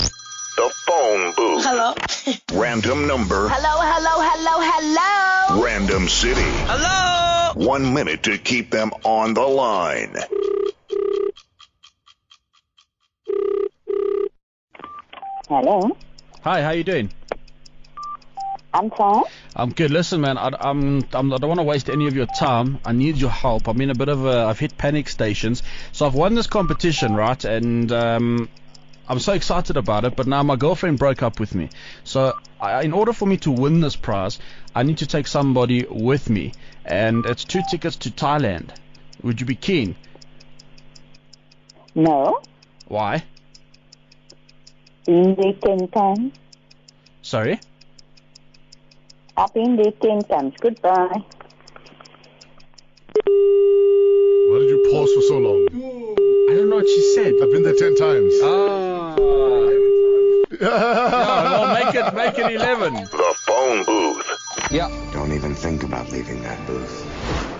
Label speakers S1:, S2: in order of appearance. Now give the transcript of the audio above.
S1: the phone booth.
S2: Hello.
S1: Random number.
S2: Hello, hello, hello, hello.
S1: Random city.
S3: Hello?
S1: One minute to keep them on the line.
S4: Hello.
S5: Hi, how you doing?
S4: I'm fine.
S5: I'm good. Listen, man, I, I'm, I'm I don't want to waste any of your time. I need your help. I'm in a bit of a I've hit panic stations. So I've won this competition, right? And um, I'm so excited about it. But now my girlfriend broke up with me. So I, in order for me to win this prize, I need to take somebody with me, and it's two tickets to Thailand. Would you be keen?
S4: No.
S5: Why?
S4: In weekend time.
S5: Sorry.
S4: Up in weekend times. Goodbye.
S6: Why did you pause for so long?
S5: I don't know what she said.
S6: I've been there ten times.
S5: Ah. well, make it make it eleven.
S1: The phone booth.
S7: Don't even think about leaving that booth.